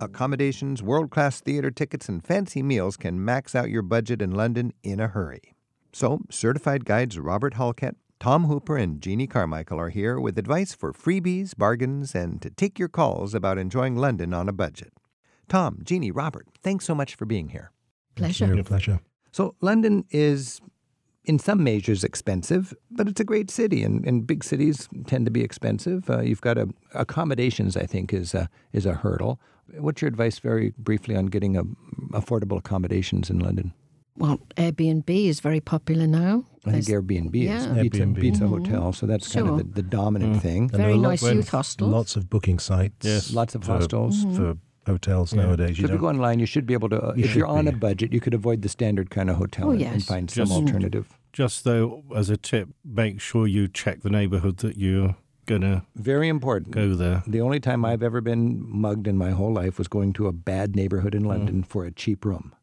accommodations, world class theater tickets, and fancy meals can max out your budget in London in a hurry. So, certified guides Robert Halkett, Tom Hooper, and Jeannie Carmichael are here with advice for freebies, bargains, and to take your calls about enjoying London on a budget. Tom, Jeannie, Robert, thanks so much for being here. Pleasure. Your pleasure. So, London is in some measures expensive, but it's a great city, and, and big cities tend to be expensive. Uh, you've got a, accommodations, I think, is a, is a hurdle. What's your advice, very briefly, on getting a, affordable accommodations in London? Well, Airbnb is very popular now. I There's think Airbnb is yeah. Mm-hmm. beats, a- Airbnb. beats a hotel, so that's kind Sure. of the, the dominant thing. And there very are lot- nice well, youth hostels. Lots of booking sites. Yes. Lots of for- hostels. for hotels nowadays. So if you go online, you should be able to. if should you're on be. a budget, you could avoid the standard kind of hotel Oh, and, and yes. find some Just- alternative. Just though, as a tip, make sure you check the neighborhood that you're going to Very important. go there. The only time I've ever been mugged in my whole life was going to a bad neighborhood in London for a cheap room.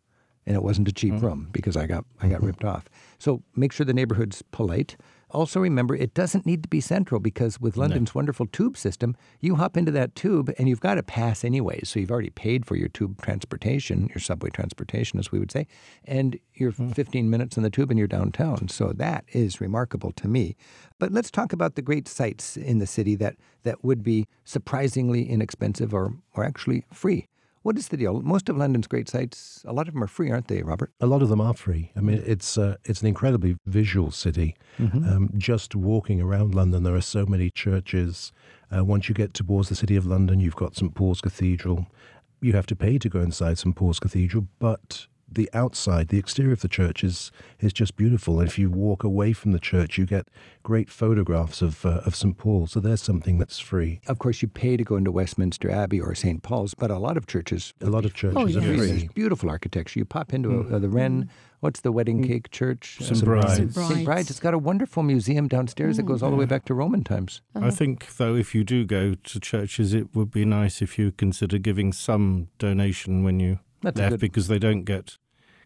And it wasn't a cheap room because I got I got ripped off. So make sure the neighborhood's polite. Also remember it doesn't need to be central because with London's wonderful tube system, you hop into that tube and you've got to pass anyway. So you've already paid for your tube transportation, your subway transportation as we would say, and you're 15 minutes in the tube and you're downtown. So that is remarkable to me. But let's talk about the great sites in the city that, that would be surprisingly inexpensive or, or actually free. What is the deal? Most of London's great sites, a lot of them are free, aren't they, Robert? a lot of them are free. I mean, it's uh, it's an incredibly visual city. Mm-hmm. Um, just walking around London, there are so many churches. Uh, once you get towards the city of London, you've got St Paul's Cathedral. You have to pay to go inside St Paul's Cathedral, but the outside, the exterior of the church is is just beautiful. And if you walk away from the church, you get great photographs of uh, of St Paul. So there's something that's free. Of course, you pay to go into Westminster Abbey or St. Paul's, but a lot of churches. A lot of churches Oh, are yes. free. There's beautiful architecture. You pop into Mm. uh, the Wren. What's the wedding cake church? St. Uh, Mm-hmm. Mm. Bride's. Mm. St. Bride's. St. Bride's. It's got a wonderful museum downstairs that goes all the way back to Roman times. I Uh-huh. think, though, if you do go to churches, it would be nice if you consider giving some donation when you That's a left good- because they don't get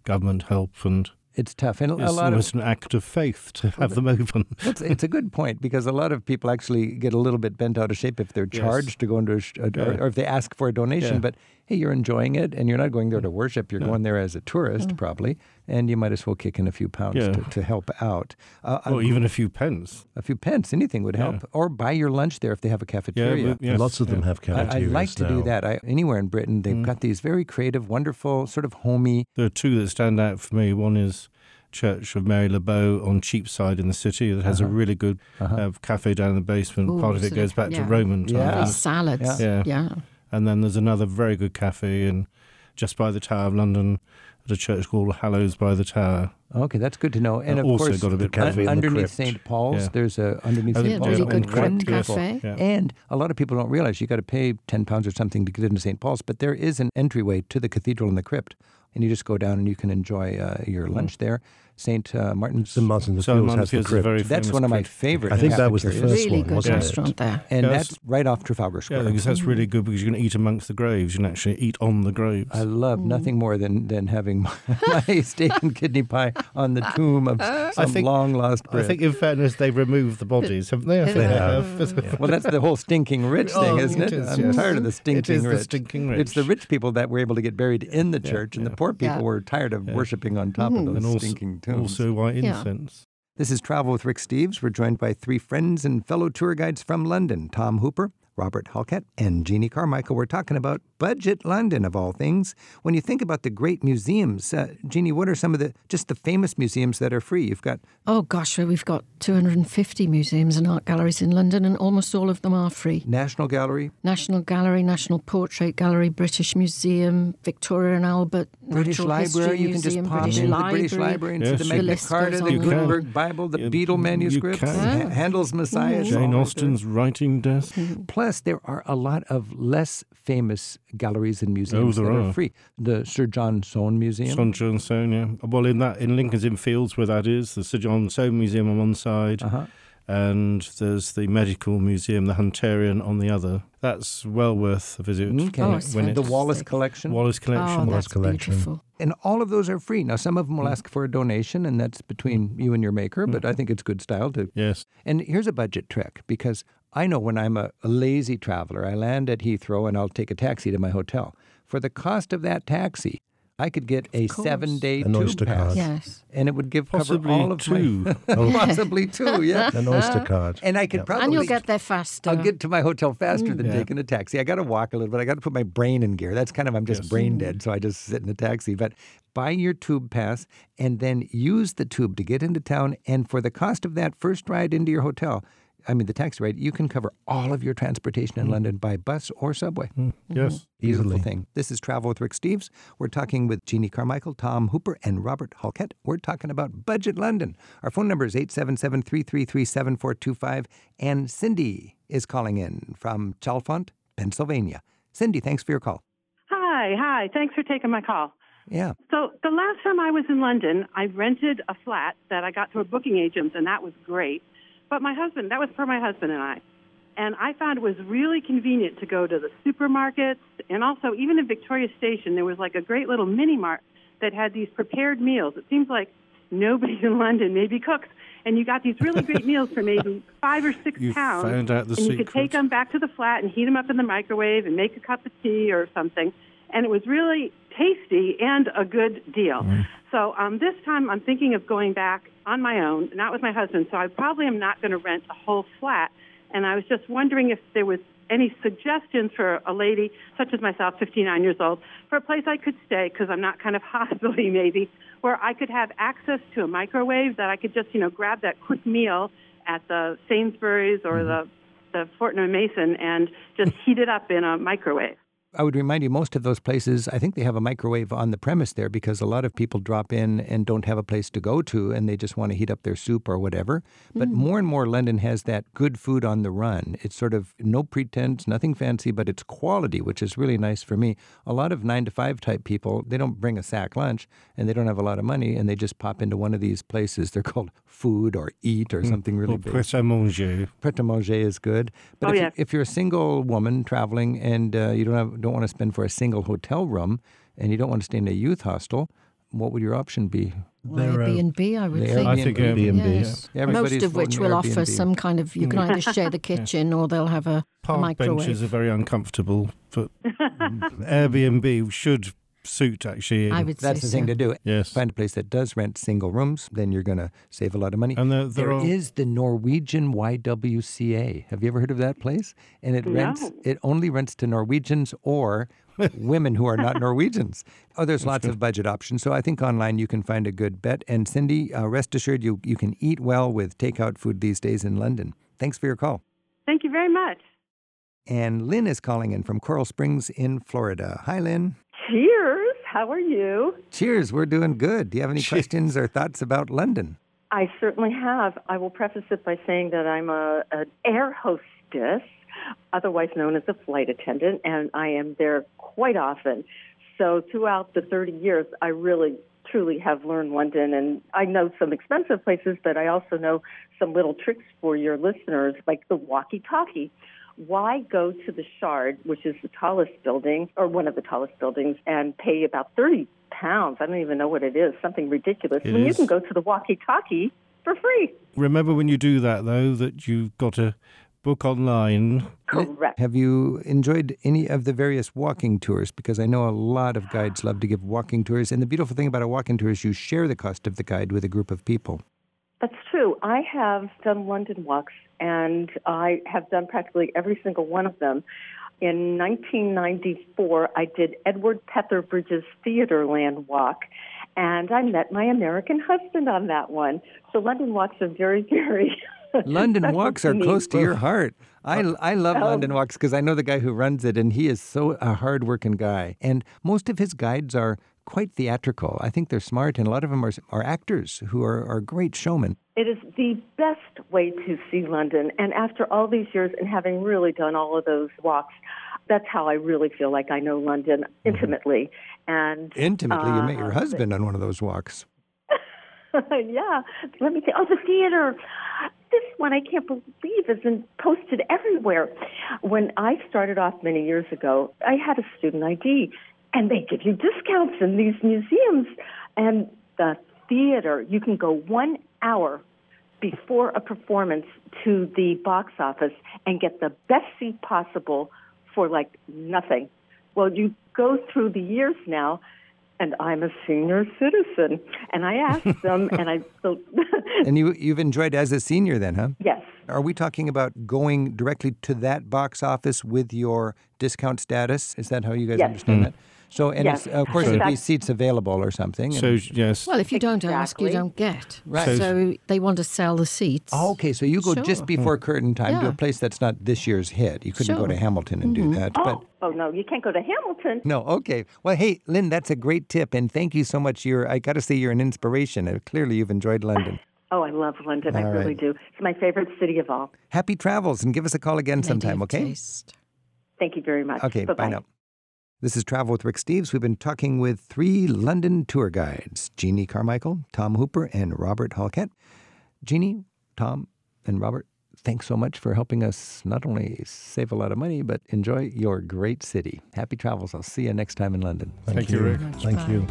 government help and It's tough, and a it's lot of almost an act of faith to have them open. It's, it's a good point because a lot of people actually get a little bit bent out of shape if they're Yes. charged to go into a, sh- a or, Yeah. or if they ask for a donation. Yeah. But hey, you're enjoying it and you're not going there to worship. You're going there as a tourist, probably, and you might as well kick in a few pounds Oh. Yeah. to, to help out. Uh, a- or even a few pence. a few pence, anything would help. Or buy your lunch there if they have a Yeah, cafeteria. but, yes, Lots of them yeah. have I, I cafeterias like to do now. that. I, anywhere in Britain, they've got these very creative, wonderful, sort of homey. There are two that stand out for me. One is Church of Mary Le Beau on Cheapside in the city that Uh-huh. has a really good uh cafe down in the basement. Ooh, Part of it so- goes back to yeah. Roman Yeah. Lovely times. salads. Yeah. Yeah. And then there's another very good cafe in just by the Tower of London at a church called Hallows by the Tower. Okay, that's good to know. And Uh, of also course, got a bit un- of- Cafe in the underneath Crypt. St. Paul's, Yeah. there's a underneath Oh, St. Yeah, Paul's. really a good crypt wonderful- cafe. Yeah. And a lot of people don't realize you got to pay 10 pounds or something to get into St. Paul's, but there is an entryway to the cathedral and the crypt. And you just go down and you can enjoy uh, your lunch there. St. Uh, Martin's. St Martin's de So Fields Mum has the Fields is a crypt. very that's famous one of my crypt. favorite. I think that was the cafeterias. First Really one, good wasn't it? restaurant there. And Yes. that's right off Trafalgar Yeah, Square. because that's really good because you can eat amongst the graves. You can actually eat on the graves. I love nothing more than, than having my, my steak and kidney pie on the tomb of some think- long lost I bread. think, in fairness, they removed the bodies, haven't they? I think they have. well, that's the whole stinking rich thing, Oh, isn't it? it is, I'm yes. tired of the It stinking is the rich. stinking It's the rich people that were able to get buried in the church, and the poor people Yeah. were tired of worshiping on top of those and also, stinking tombs. also white Yeah. incense. This is Travel with Rick Steves. We're joined by three friends and fellow tour guides from London Tom Hooper, Robert Halkett, and Jeannie Carmichael. We're talking about budget London, of all things. When you think about the great museums, uh, Jeannie, what are some of the just the famous museums that are free? You've got Oh gosh, well, we've got 250 museums and art galleries in London, and almost all of them are free. National Gallery, National Gallery, National Portrait Gallery, British Museum, Victoria and Albert, British Natural Library. History You can just Museum, pop British into Library. the British Library and Yes, see the you Magna can. Carta, the You can. Gutenberg Bible, the You- Beatles you manuscripts, can. Ha- Handel's Messiah, it's all Jane right Austen's writing desk. there. Plus, there are a lot of less famous galleries and museums there that are. are. free. The Sir John Soane Museum. John Johnstone, yeah. Well, in that in Lincoln's Inn Fields, where that is, there's the John Soane Museum on one side, Uh-huh. and there's the Medical Museum, the Hunterian, on the other. That's well worth a visit. Mm-hmm. Okay. Oh, it's when Mm, the it's Wallace fantastic. Collection. Wallace Collection. Oh, that's collection. beautiful. and all of those are free. Now, some of them will ask for a donation, and that's between you and your maker, but I think it's good style to. Yes. And here's a budget trick because I know when I'm a, a lazy traveler, I land at Heathrow and I'll take a taxi to my hotel. For for the cost of that taxi, I could get a course. seven day An tube Oyster pass, card. Yes. and it would give Possibly cover all of two. my possibly two, yeah. An Oyster card. Uh-huh. And I could Yep. probably and you'll get Mm. there faster. I'll get to my hotel faster than Yeah. taking a taxi. I got to walk a little bit. I got to put my brain in gear. That's kind of I'm just Yes. brain dead, so I just sit in a taxi. But buy your tube pass and then use the tube to get into town. And for the cost of that first ride into your hotel, I mean the taxi ride, you can cover all of your transportation in London by bus or subway. Yes. Beautiful Easily. thing. This is Travel with Rick Steves. We're talking with Jeannie Carmichael, Tom Hooper, and Robert Halkett. We're talking about Budget London. Our phone number is 877 333 7425. And Cindy is calling in from Chalfont, Pennsylvania. Cindy, thanks for your call. Hi, hi. Thanks for taking my call. Yeah. So, the last time I was in London, I rented a flat that I got through a booking agent, and that was great. But my husband, that was for my husband and I. And I found it was really convenient to go to the supermarkets. And also, even in Victoria Station, there was like a great little mini mart that had these prepared meals. It seems like nobody in London maybe cooks. And you got these really great meals for maybe five or six You pounds. found out the and you could secret. take them back to the flat and heat them up in the microwave and make a cup of tea or something. And it was really tasty and a good deal. So um, this time I'm thinking of going back on my own, not with my husband. So I probably am not going to rent a whole flat. And I was just wondering if there was any suggestions for a lady such as myself, 59 years old, for a place I could stay because I'm not kind of hospitally maybe, where I could have access to a microwave that I could just you know grab that quick meal at the Sainsbury's or the the Fortnum Mason and just heat it up in a microwave. I would remind you, most of those places, I think they have a microwave on the premise there because a lot of people drop in and don't have a place to go to and they just want to heat up their soup or whatever. But more and more, London has that good food on the run. It's sort of no pretense, nothing fancy, but it's quality, which is really nice for me. A lot of nine to five type people, they don't bring a sack lunch and they don't have a lot of money and they just pop into one of these places. They're called food or eat or something really Or big Pret a manger. pret a manger is good. But Oh, if, you- yes. if you're a single woman traveling and uh, you don't have, don't want to spend for a single hotel room and you don't want to stay in a youth hostel, what would your option be? Or They're, uh, Airbnb, I would the think. I think Airbnb. Airbnb. yeah. Yes. Everybody's Most of which voting will offer Airbnb. Mm. some kind of. You can either share the kitchen or they'll have a, a Park microwave. benches are very uncomfortable, but Airbnb should suit actually. I would That's say the thing so. to do. Yes. Find a place that does rent single rooms, then you're going to save a lot of money. And there- there there are- is the Norwegian YWCA. Have you ever heard of that place? And it rents No. it only rents to Norwegians or women who are not Norwegians. Oh, there's lots of budget options. So I think online you can find a good bet. And Cindy, uh, rest assured you you can eat well with takeout food these days in London. Thanks for your call. Thank you very much. And Lynn is calling in from Coral Springs in Florida. Hi, Lynn. Cheers. How are you? Cheers. We're doing good. Do you have any questions or thoughts about London? I certainly have. I will preface it by saying that I'm a an air hostess, otherwise known as a flight attendant, and I am there quite often. So throughout the 30 years, I really truly have learned London and I know some expensive places, but I also know some little tricks for your listeners like the walkie-talkie. why go to the Shard, which is the tallest building or one of the tallest buildings, and pay about 30 pounds? I don't even know what it is, something ridiculous. It when you is. can go to the walkie talkie for free. Remember when you do that though, that you've got to book online. Correct. Have you enjoyed any of the various walking tours? Because I know a lot of guides love to give walking tours. And the beautiful thing about a walking tour is you share the cost of the guide with a group of people. That's true. I have done London walks, and I have done practically every single one of them. In 1994, I did Edward Petherbridge's Theaterland Walk, and I met my American husband on that one. So London walks are very, very. London special walks are me. close to your heart. I, I love London walks because I know the guy who runs it, and he is so a hardworking guy. And most of his guides are quite theatrical. I think they're smart, and a lot of them are, are actors who are, are great showmen. It is the best way to see London. And after all these years and having really done all of those walks, that's how I really feel like I know London intimately. And Mm-hmm. Intimately, you met your uh, husband on one of those walks. yeah. Let me see. Oh, the theater. This one I can't believe isn't posted everywhere. When I started off many years ago, I had a student ID, and they give you discounts in these museums. And the theater, you can go one hour before a performance to the box office and get the best seat possible for like nothing. Well, you go through the years now, and I'm a senior citizen. And I asked them, and I so And you, you've enjoyed as a senior then, huh? yes, Are we talking about going directly to that box office with your discount status? Is that how you guys Yes. understand Mm-hmm. that? So, and Yes. it's, of course, So- there'll be seats available or something. So and- yes, Well, if you don't ask, you Exactly. don't get. Right. So, So- they want to sell the seats. Oh, okay, so you go Sure. Mm. just before curtain time to Yeah. a place that's not this year's hit. You couldn't go Sure. Mm-hmm. to Hamilton and do that. But oh, oh no, you can't go to Hamilton. no, okay. Well, hey, Lynn, that's a great tip, and thank you so much. You're, I got to say, you're an inspiration. Uh, Clearly, you've enjoyed London. Oh, I love London. I All really right. do. It's my favorite city of all. Happy travels, and give us a call again Lady sometime, of okay? Taste. Thank you very much. Okay, Bye-bye. bye now. This is Travel with Rick Steves. We've been talking with three London tour guides Jeannie Carmichael, Tom Hooper, and Robert Halkett. Jeannie, Tom, and Robert, thanks so much for helping us not only save a lot of money, but enjoy your great city. Happy travels. I'll see you next time in London. Thank you, Rick. Thank Bye. you.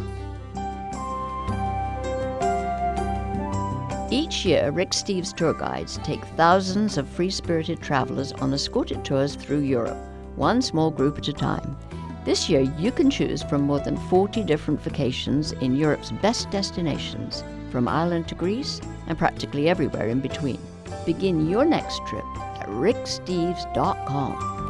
Each year, Rick Steves tour guides take thousands of free spirited travelers on escorted tours through Europe, one small group at a time. This year, you can choose from more than 40 different vacations in Europe's best destinations, from Ireland to Greece and practically everywhere in between. Begin your next trip at ricksteves.com.